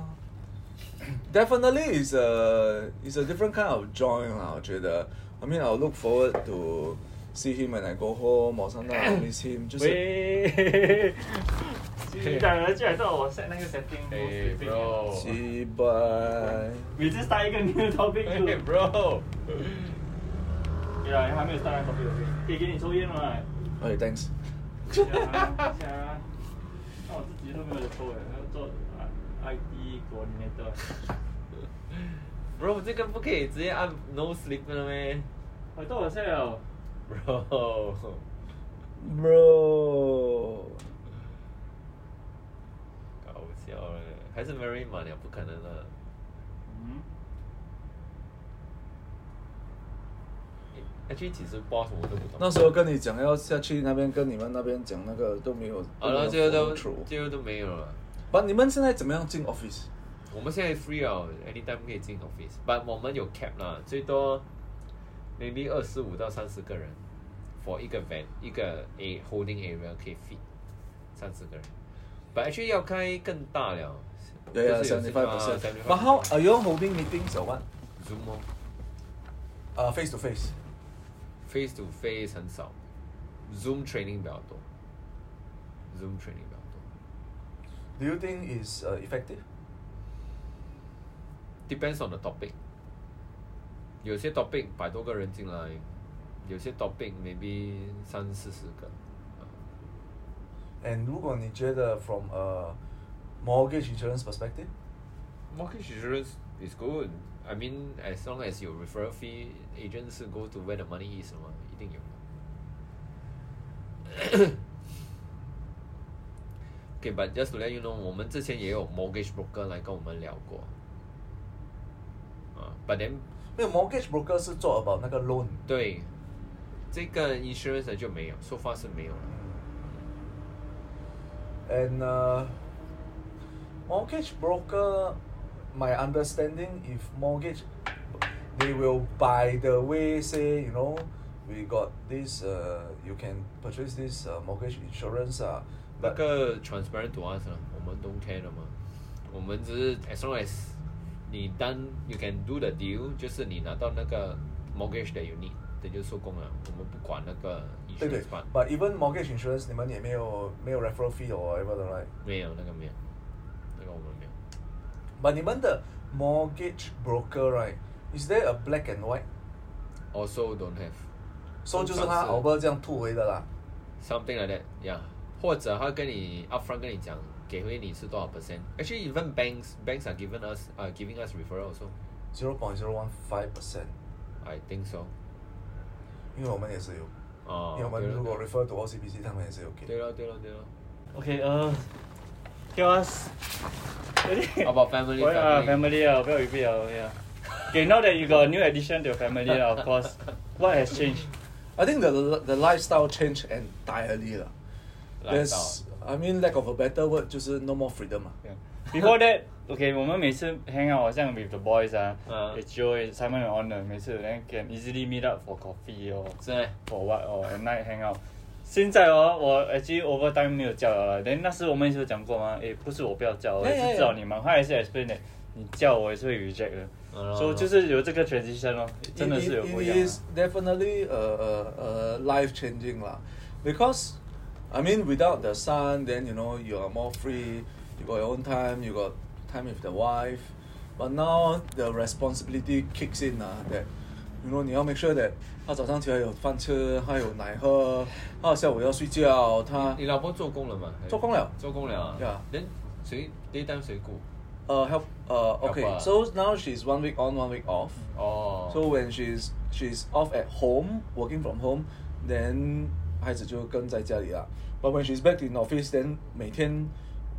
definitely is a is a different kind of joy 啦，我觉得。I mean, I'll look forward to see him when I go home or sometimes I miss him. 就是 喂，你讲了居然到我 set 那个 setting，哎 bro， ，bro， see bye. 每次 start 一个 new topic 哎就， ，bro，对啊，还没有 start 那个 topic，可以给你抽烟吗？ Okay, thanks. 想啊想啊，那我自己都没有抽哎，要做 IT coordinator。 ，bro，这个不可以直接按 no sleep 了咩我都有 s e ？bro， Bro. 搞笑了，还是 Mary 满了，不可能的。嗯，哎，actually 其实 boss 我都不懂。那时候跟你讲要下去那边跟你们那边讲那个都没有，好了，没最有后都 follow through 最后都没有了。不，你们现在怎么样进 office？我们现在 free 哦，anytime 可以进 office，but 我们有 cap 啦，最多 maybe 二十五到三十个人，for 一个 van 一个 a holding area 可以 fit 三十个人，but actually 要开更大了。对啊，seventy five percent。But how are you all holding meetings or what？ Zoom 哦呃，face to face。 ，face to face 很少，Zoom training 比较多，Zoom training 比较多 Do you think is uh, effective? ，depends on the topic。有些 topic 百多个人进来，有些 topic maybe 三四十个。啊 And 如果你觉得 from a mortgage insurance perspective， mortgage insurance is good. I mean, as long as your referral fee agents go to where the money is 嘛，一定有。okay, but just to let you know, 我们之前也有 mortgage broker 来跟我们聊过。啊，but then 没有 mortgage broker 是做 about 那个 loan，对这个 insurance 的就没有，so far 是没有了。 And uh, mortgage broker, my understanding, if mortgage, they will by the way say, you know, we got this, uh, you can purchase this uh, mortgage insurance. Uh, 那 but 个 transparent to us 啦，我们 don't care 的嘛，我们只是 as long as 你 done you can do the deal，就是你拿到那个 mortgage that you need，这就收工了，啊我们不管那个 insurance part，对对，but even mortgage insurance 你们也没有没有 referral fee or whatever 的 right？没有那个没有，那个我们没有。 But 你们的 mortgage broker right is there a black and white? Also don't have So 通常是-就是他 over 这样吐回的啦。 something like that yeah，或者他跟你 upfront 跟你讲给回你是多少 percent。Actually even banks banks are giving us are giving us referral also。 zero point zero one five percent， I think so。因为我们也是有，哦因为我们对了如果 refer to OCBC，他们也是有给。对了对了 对了。 Okay, uh, give us. About family, Well, uh, family. family, uh, well, we, uh, yeah. Okay, now that you got a new addition to your family, uh, of course, what has changed? I think the the lifestyle change entirely 了。There's, I mean, lack of a better word，就是 no more freedom 嘛。 Yeah. Before that, okay, 我们每次 hang out 好像 with the boys 啊、 Uh. it's Joe, it's Simon and Honor 每次 then can easily meet up for coffee or 真的 for what or at night hang out. 现在哦，我 actually overtime 没有叫了啦。then 那时我们一直有讲过吗？诶，不是我不要叫，我 Yeah, 也 yeah, 是找你嘛。他也是 explain 的，你叫我也是会 reject 的。嗯所以就是有这个 transition 咯，真的是有 It- it- 不一样啊 It。is definitely uh, a a, a life changing lah, because I mean without the son, then you know you are more free. You got your own time. You got time with the wife, but now the responsibility kicks in lah. That you know 你要 make sure that 他早上起来有饭吃，他有奶喝，他下午要睡觉，他你老婆做工了吗？做工了做工了啊。 Yeah 人谁 day time 谁顾？呃 help 呃 okay. Help her. So now she's one week on, one week off. 哦。 So when she's she's off at home, working from home, then 孩子就跟在家里啦。But when she's back in office, then 每天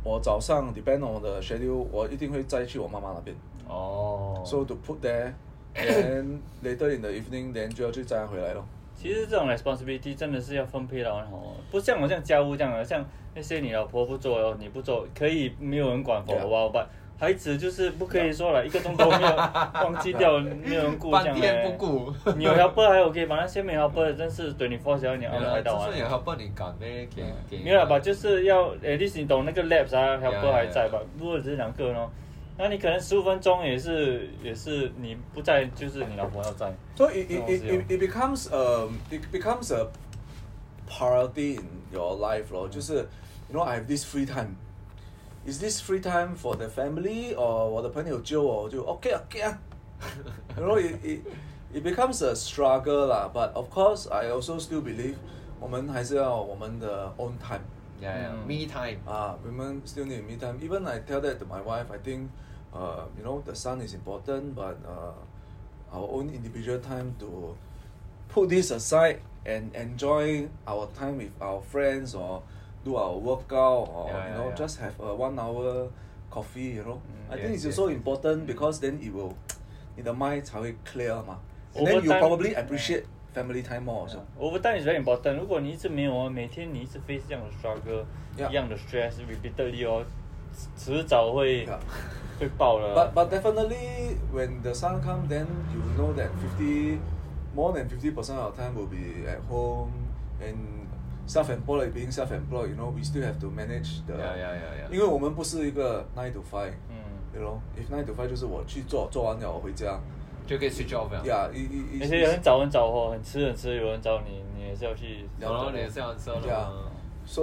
我早上 depend on 我的 schedule，我一定会再去我妈妈那边。哦。 So to put there, then later in the evening, then 就要去载她回来咯。其实这种 responsibility 真的是要分配到很好哦，不像我像家务这样的，像那些你老婆不做哦，你不做可以没有人管 for Yeah. a while，but 孩子就是不可以说了，一个钟头没有忘记掉，没有人顾这半样天的不。顾。你有 helper 还 OK 吧？那些没有 helper 真是 twenty four 小时你没安有啦排到完就是。有 help 你赶呗，给给。啊没有啦吧，就是要 at least 你懂那个 labs 啊 Yeah, helper 还 yeah, 在 yeah. 吧？如果只是两个人哦，那你可能十五分钟也是也是你不在，就是你老婆要在。 So it it, it, 这种是有。 it, it becomes um it becomes a priority in your life 咯，就是 you know I have this free time. Is this free time for the family or 我的朋友 Joe 我就 OK OK 啊 ah. you know it, it it becomes a struggle lah. But of course I also still believe 我们还是要我们的 own time. Yeah, yeah. 嗯 Me time. Ah, women still need me time. Even I tell that to my wife. I think, uh, you know, the son is important, but uh, our own individual time to put this aside and enjoy our time with our friends or do our workout or Yeah, you yeah, know yeah. just have a one hour coffee. You know, Mm, I think yes, it's also yes, Mm. yes. important because then it will, 你的 mind 才会 clear 嘛. And Over then you time- probably appreciate family time more also. Overtime is very important。如果你一直没有哦，每天你一直 face 这样的 struggle，、 Yeah. 一样的 stress repeatedly 哦，迟早会 Yeah. 会爆了。 But but definitely when the sun come, then you know that fifty, more than fifty percent of the time will be at home and self-employed. like Being self-employed, you know, we still have to manage the. Yeah, yeah, yeah, yeah. 因为我们不是一个 nine to five，嗯， you know, if nine to five 就是我去做，做完了我回家。就可以 switch off 了。 Yeah, it, it, 而 it's- 且有人找很早哦，很迟很迟，有人找你，你也是要去。了然后你也是 answer 了 So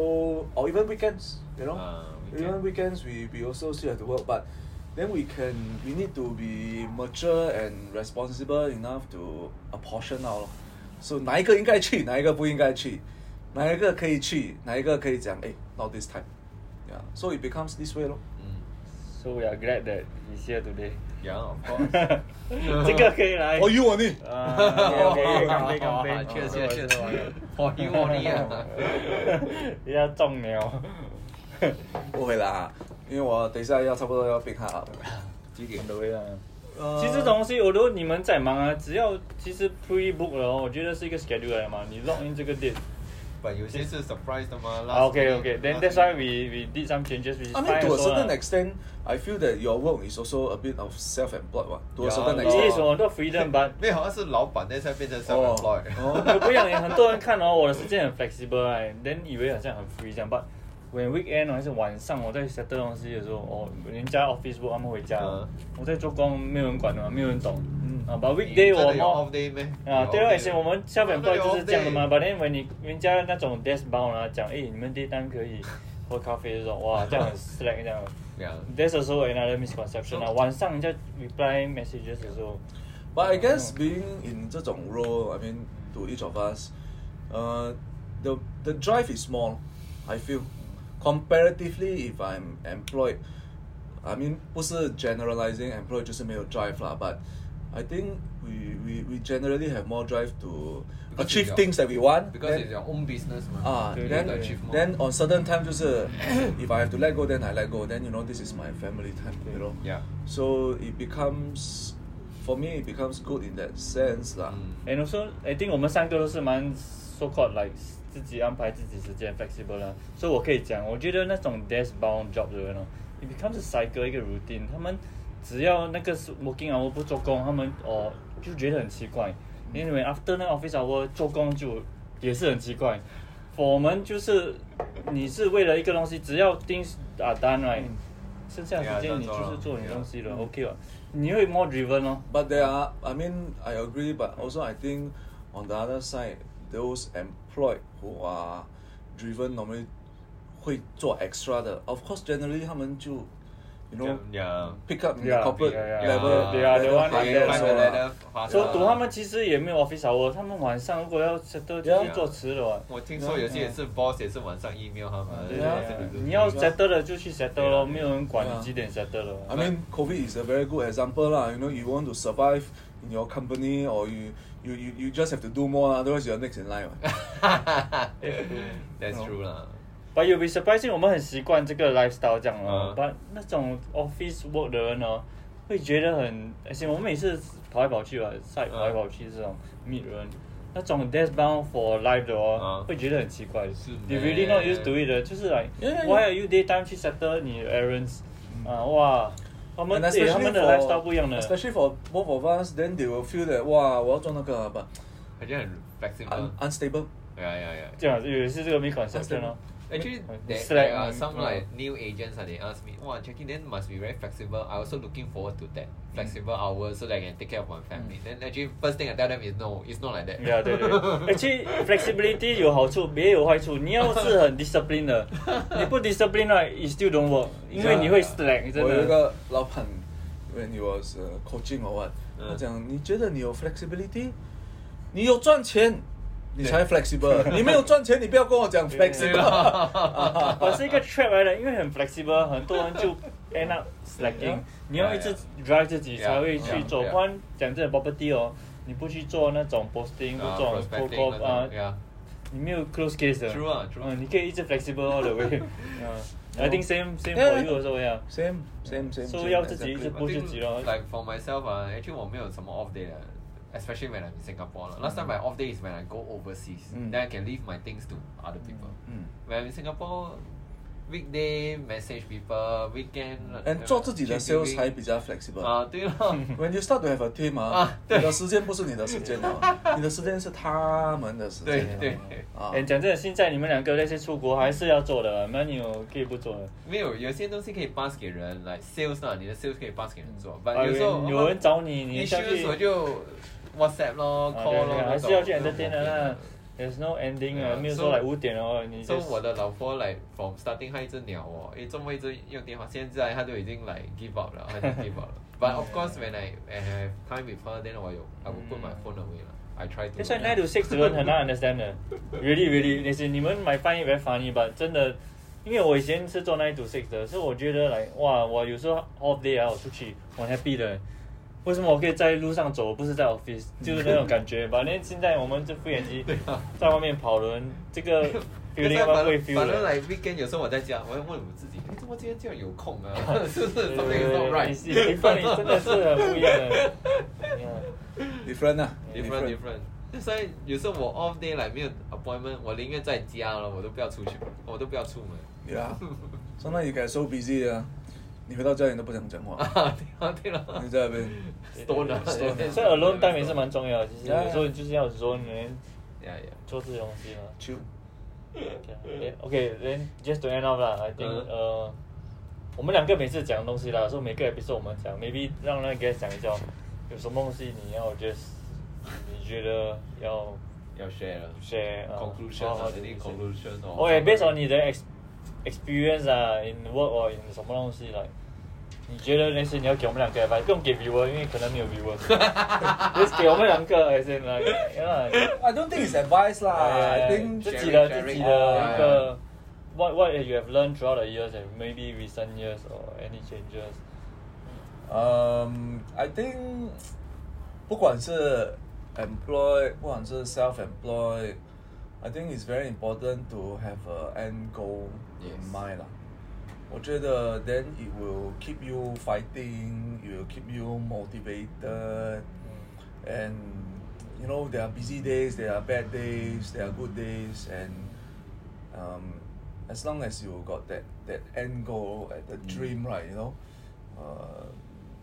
or even weekends, you know, Ah, even weekend. weekends we, we also still have to work, but then we can we need to be mature and responsible enough to apportion out. 咯 So 哪一个应该去， 哪一个不应该去，哪一个可以去，哪一个可以讲，哎，not this time. Yeah, so it becomes this way 咯。嗯。 So we are glad that he's here today. Yeah, of course. 这个可以来。哦，you 啊你， 啊，OK，OK，干 杯干杯！ 确实确 实不好意思 For you only 啊。一下中了。不会啦，因为我等一下要差不多要变他了。几点都会啊。呃其实这东西，我都你们在忙啊，只要其实 pre book 了哦，我觉得是一个 schedule 来的嘛，你 log in 这个 date。 But 有些是 surprise 的嘛。啊 OK OK, then that's why we we did some changes which is I fine mean, to also a certain 啦。 extent, I feel that your work is also a bit of self-employed, what? To Yeah, a certain no. It is extent. 我的 freedom, but 没有，好像是老板那才变成 self 哦 employed。哦，我不一样，很多人看哦，我的时间很 flexible，哎，then 以为好像很 free 这样，but when weekend 哦还是晚上我在 set 东西的时候，哦，人家 office work 他们回家了嗯，我在做工，没有人管的嘛，没有人懂，嗯啊，but weekday 我 m off 们 day 咩？哦啊，对啊，以前我们下班 Not 报 your 就是这样的嘛 off ，but then when 你人家那种 desk bound 啊，讲，哎，你们 day 单可以喝咖啡这种，哇，这样很 slack 这样。 Yeah. There's also another misconception 啊，晚上人家 reply messages 的时候，嗯 But I guess being in 这种 role, I mean, to each of us, uh, the the drive is small. I feel comparatively, if I'm employed, I mean, 不是 generalizing employed 就是没有 drive 啦，but I think we we we generally have more drive to Because it's achieve your- things that we want. Because then- it's your own business 嘛。 Ah, They then don't 啊 achieve more. then on certain time 就是 if I have to let go then I let go then you know this is my family time you know Yeah. so it becomes for me it becomes good in that sense lah 嗯 And also, I think 我们三个都是蛮 so called like 自己安排自己时间 flexible 啦，所以我可以讲，我觉得那种 desk bound job 的人哦，it becomes a cycle 一个 routine，他们只要那个是 working hour 不做工，他们哦就觉得很奇怪，因为 after 那 office hour 做工就也是很奇怪。For 我们就是你是为了一个东西，只要 things are done right，、剩下的时 Yeah，间你就是做你 done 了东西了、o k 了，你会 more driven 哦。 but there are I mean I agree but also I think on the other side those employed who are driven normally 会做 extra 的 of course generally 他们就 you know Yeah. pick up in the Yeah, corporate yeah, yeah. level They are the level one higher that- also Private lah. level higher. 所以 Yeah. 读他们其实也没有 office hour，他们晚上如果要 settle 就 Yeah. 是做迟了啊。我听说有些也是 boss 也是晚上 email 他们。对对啊对对对，你要 Yeah. settle 了就去 settle 咯，没有人管 Yeah. 你几点 settle 啊了。 I mean, COVID is a very good example lah. You know, you want to survive in your company, or you you, you, you just have to do more. lah, Otherwise, you're next in line. what. That's true 啦。 But you'll be surprising，我们很习惯这个 lifestyle 这样哦嗯。 But 那种 office work 的人哦，会觉得很，而且我们每次跑来跑去啊，赛嗯跑来跑去这种 meet 人，那种 desk bound for life 的哦嗯，会觉得很奇怪。是 You meh really not used to it 的，就是 like Yeah, yeah, yeah. why are you daytime 去 settle 你的 errands？啊哇，他们 And 对他们的 lifestyle 不一样的。 especially for both of us, then they will feel that wow, 我要做那个 but 好像很 flexible 嗯 un-。unstable. Yeah, yeah, yeah. 这样子也是这个 misconception 哦。 Actually, Like, there, slack there are and- some like new agents and they ask me, "Wow, Jackie, then must be very flexible. I also looking forward to that flexible hours so that I can take care of my family." Then actually, first thing I tell them is no, it's not like that. Uh, 对啊，对对 对，其实 flexibility 有好处，也有坏处。你要是很 discipline 的，你不 discipline 了，you still don't work，因为你会 slack，真的。我有一个老板 when he was uh, coaching or what，、嗯。他讲你觉得你有 flexibility，你有赚钱，你才 flexible，你没有赚钱，你不要跟我讲 flexible。啊 啊 我是一个 trap 来的，因为很 flexible，很多人就 end up slacking。你要一直 drive 自己 Yeah, 才会去做， yeah, yeah. 不然讲真的 property 哦，你不去做那种 posting，不 Uh, 做 cold prospecting call uh, 啊那种，yeah. 你没有 close case 的。 True 啊，true 嗯，你可以一直 flexible all the way。嗯，I think same same Yeah. for you also yeah。 Same, same, same. So same, 要自己一 exactly. 直 I think, 不自己咯。 Like for myself, uh, actually 我没有什么 off day 的 especially when I'm in Singapore. lah. Last time my off day is when I go overseas, Mm. then I can leave my things to other people. 嗯 When I'm in Singapore, weekday message people, weekend 嗯 uh, ，and 做自己的 sales 还比较 flexible。啊，对了。 When you start to have a team 啊啊，你对的时间不是你的时间 了，你的时间是他们的时间。对啊哎、，讲真的，现在你们两个那些出国还是要做的，那你有可以不做的。 没有，有些东西可以 pass 给人来 sales 啦，你的 sales 可以 pass 给人做，啊但有时候哦有人找你，你你下去 issues 我就 WhatsApp 咯啊，call 对对咯，还是要去 entertain 的啊啦。There's no ending 啊， Yeah, 没有 so- 说来五点哦，你所就以我的老婆来 from starting 她一直鸟我，诶，这么一直用电话，现在她都已经来 give up 了，她 已经 give up 了。But of course when I I have time with her, then 我有 I will put my phone away 了。I try to. 就算 nine to six 的人很难 understand 的，really really，那些你们 might find it very funny，but 真的因为我以前是做 nine to six 的，所以我觉得来哇，我有时候 off day 啊，我出去我很 happy 的。为什么我可以在路上走，不是在 office，就是那种感觉。反正现在我们这副眼机啊在外面跑轮，这 个 feeling 反我会 feel 反正的。来 weekend 有时候我在家，我要问我自己，哎，怎么今天这样有空 啊？是不是对对 something is 对 not 你是呃你放你真的是很不一样的。 different 啊 right？different different。所以有时候我 off day 来没有 appointment，我宁愿在家了，我都不要出去，我都不要 出门。 Yeah. Sometimes you get so busy 啊，你回到家里都不想讲话， 啊，对了对了你在那边。 ，stone 啊对对 stone 对啊所以 alone time 也是蛮重要的。其实有时候你就是要 zone，人呀呀，做这些东西嘛。 Chill. Okay, okay, then just to end up 啦，I think 嗯呃，我们两个每次讲东西啦，所以每个 episode 我们讲，maybe 让那个 guest 讲一下，有什么东西你要 just 你觉得要要 share 了 share 啊，conclusion 好好啊的，any 意思 conclusion 哦。 Okay, based on 你的 ex experience 啊，in work or in 什么东西来，你觉得那些你要给我们两个 advice，不用给 viewer，因为可能没有 viewer，just 给我们两个 as in like yeah。 I don't think it's advice 啦。I Ah, 自 think 己的 sharing- 自己 sharing 的一个 what what you have learned throughout the years and maybe recent years or any changes。 um I think 不管是 employed，不管是 self employed。I think it's very important to have a end goal in Yes. mind 啦。我觉得 then it will keep you fighting, it will keep you motivated, and you know there are busy days, there are bad days, there are good days, and um, as long as you got that that end goal, uh, the Mm. dream, right? You know, uh,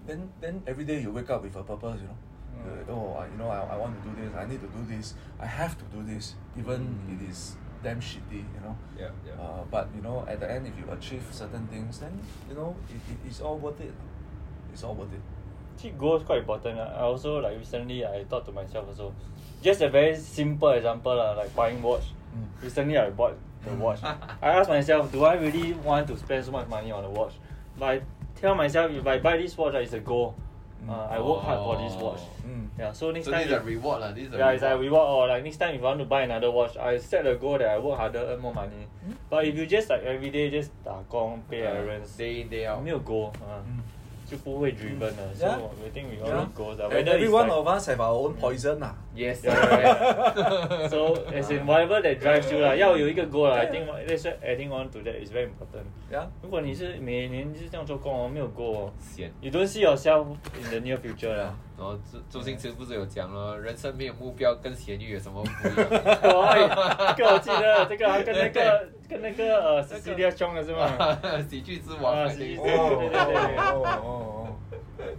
then then every day you wake up with a purpose. You know, Mm. Uh, oh, I, you know, I, I want to do this. I need to do this. I have to do this, even Mm. it is damn shitty. You know. Yeah, yeah. Uh, but you know, at the end, if you achieve certain things, then you know it, it, it's all worth it. It's all worth it. Actually, goals quite important. ah. I also like recently I thought to myself also, just a very simple example lah, like buying watch. Hmm. Mm. Recently I bought the watch. I asked myself, do I really want to spend so much money on a watch? But I tell myself if I buy this watch, ah, it's a goal. Mm. Uh, I work hard for this watch. Mm. Yeah, so next time Hmm. Oh. So this is a if- reward 啦，this is a Yeah, it's like reward or like next time if I want to buy another watch, I set a goal that I work harder, earn more money. Hmm. But if you just like every day just 打工 pay errands, day in day Uh, out。Hmm. 没有 goal Uh. 啊、 Mm. 就不会 driven 了。So Yeah. I think we all Yeah. need goals. ah. And Whether every it's one like- of us have our own poison ah. lah. Yes, Yeah. correct. So as in whatever that drives you lah. 啦，要有一个 goal 啦。I think that's why adding on to that is very important. Yeah. 如果你是每年就是这样做工哦，没有 goal 闲。哦，you don't see yourself in the near future lah. 啦。然后周周星驰不是有讲啊了，人生没有目标跟咸鱼有什么不一样？哎，这个我记得，这个跟那个跟那个 呃 Cecilia 凶的是吗？ 喜剧之王，啊， I 是是哦 think 对对对对对。 oh, oh, oh.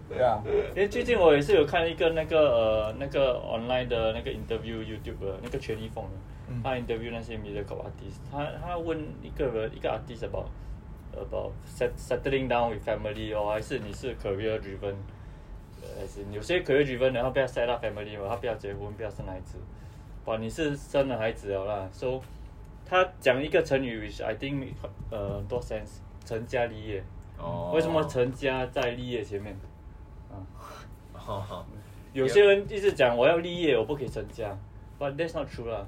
Yeah. 因为最近我也是有看一个那个呃那个 online 的那个 interview YouTube 的那个权力风的嗯，他 interview 那些 musical artist，他他问一个人一个 artist about about set settling down with family 哦，还是你是 career driven，呃，还是有些 career driven 的他不要 set up family 嘛，他不要结婚，不要生孩子，哇，你是生了孩子了啦，so 他讲一个成语，which I think make- 呃很多 sense，成家立业，哦为什么成家在立业前面？啊。好好，有些人一直讲我要立业，我不可以成家，but that's not true 啦。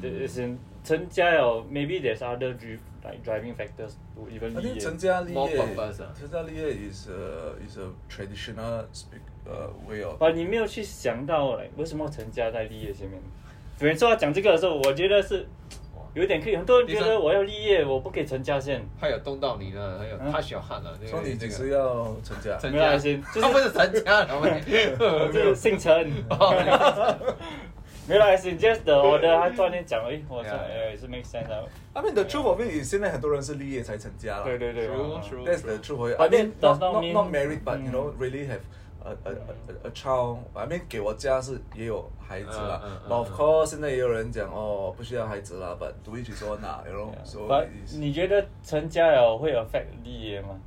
嗯 There isn't 成家了，maybe there's other dri like driving factors to even I 立 think 业。 Chen Jia Li More eh, purpose ah. Chen Jia Li eh is a is a traditional speak uh, way of. 把你没有去想到，like, 为什么成家在立业前面？每次他讲这个的时候，我觉得是哇有点可以。很多人觉第得三我要立业，我不可以成家先。他有动到你了，还有嗯他小汗了，对所不以对？你这几个时要成家？成没有家啊先就是他不是成家了喂 我就是哦姓陈。没有啦，it's just the order。他突然间讲，哎，我说 Yeah, yeah. 哎，是 make sense 啊。 I mean the truth of it is 现在很多人是立业才成家了。对对对。 True, 啊 true. That's the truth of it. I But mean, that not, does not, not not, mean- married, but you Mm. know, really have a, a, a, a- a child. I mean, 给我家是也有孩子啦。嗯嗯嗯 but of 嗯 course，现在也有人讲哦，不需要孩子啦，but do it is on 啦，you know. Yeah. So But it is- 你觉得成家了会 affect 立业吗？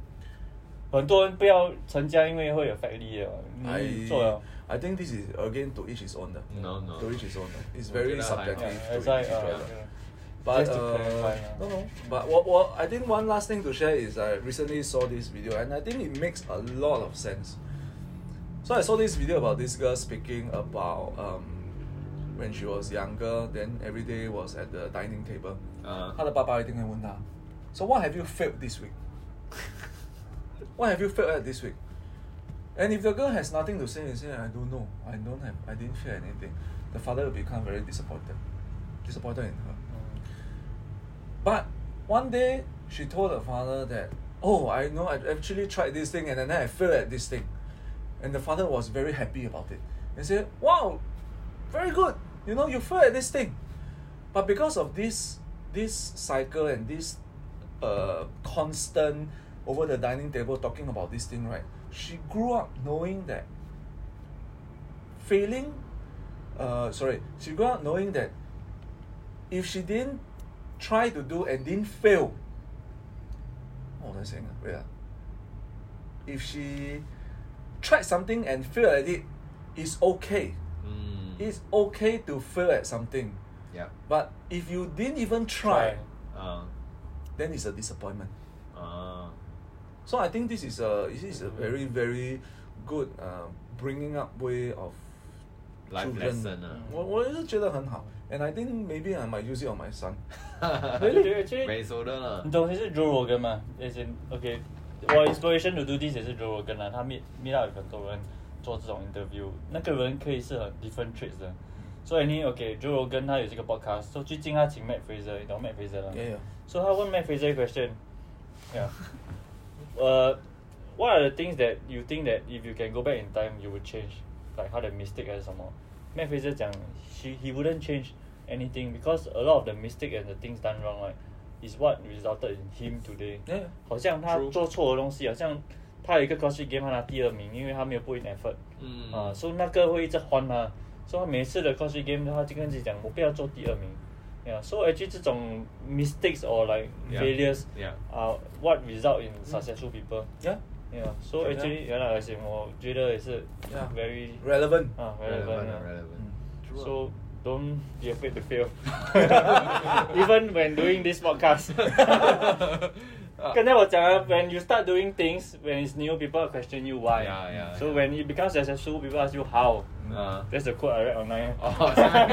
很多人不要成家，因为会 affect 立业嘛。你做了 I think this is again to each his own 的。 No, no. To each his own 的，it's 我觉 very 得还好 subjective to each ，as I his uh, own 的。 Just But to uh, clarify, no, no. But what, what I think one last thing to share is I recently saw this video and I think it makes a lot of sense. So I saw this video about this girl speaking about um, when Uh. she was younger, then every day was at the dining table. 啊她的爸爸一定会问她， So what have you failed this week? what have you failed at this week? And if the girl has nothing to say, you say I don't know, I don't have, I didn't feel anything. The father will become very disappointed, disappointed in 嗯 her. Mm. But one day she told her father that, oh, I know I actually tried this thing and then I failed at this thing. And the father was very happy about it. And said, wow, very good. You know, you failed at this thing. But because of this this cycle and this uh, constant over the dining table talking about this thing, right? She grew up knowing that failing uh, sorry, she grew up knowing that if she didn't try to do and didn't fail, what was I saying? ah? Wait, ah. if she tried something and failed at it, it's okay. Mm. It's okay to fail at something, Yeah. but if you didn't even try, Ah. then it's a disappointment. Ah. So I think this is a this is a very very good uh, bringing up way of Life children. lesson 啊。我我是觉得很好，and I think maybe I might use it on my son. Really? Actually- 没说的 了。你懂谁是 Joe Rogan 吗？As in okay，我 inspiration to do this 也是 Joe Rogan 啊，他 meet meet up 很多人做这种 interview，那个人可以是很 different traits 的。所以你 OK，Joe、Rogan 他有这个 podcast，所以最近他请 Matt Fraser，你懂 Matt Fraser 啦 Yeah, yeah. 所以他问 Matt Fraser question。Yeah. uh, what are the things that you think that if you can go back in time you would change? Like how the mistake 还是什么？Matt Fraser 讲，he he wouldn't change anything because a lot of the mistake and the things done wrong right is what resulted in him today. Yeah. 好像他 True. 做错的东西，好像他有一个 CrossFit game 他拿第二名，因为他没有 put in effort。嗯啊，所以那个会一直换他，所以他每次的 CrossFit game 他就跟自己讲，我不要做第二名。Yeah, so actually 这种 mistakes or like Yeah. failures Yeah. are what result in successful people. Yeah. Yeah, so actually 原来 as in 我觉得也是 Yeah. very Relevant. 啊 Relevant, relevant 啊 relevant. So don't be afraid to fail. Even when doing this podcast. Ah. Kan 刚才我讲了 ah, when you start doing things, when it's new, people question you why. Yeah, yeah, so yeah. when it becomes successful, people ask you how. 啊。 That's the quote I read online. 哦 Ah.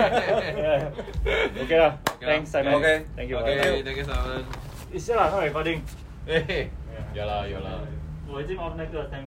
Yeah. okay lah. Oh, Okay lah. Thanks, Simon. Okay. Thank you. Okay, thank you, Simon. lah, Is that not recording? 嘿嘿有啦有啦。我已经 off 那个 time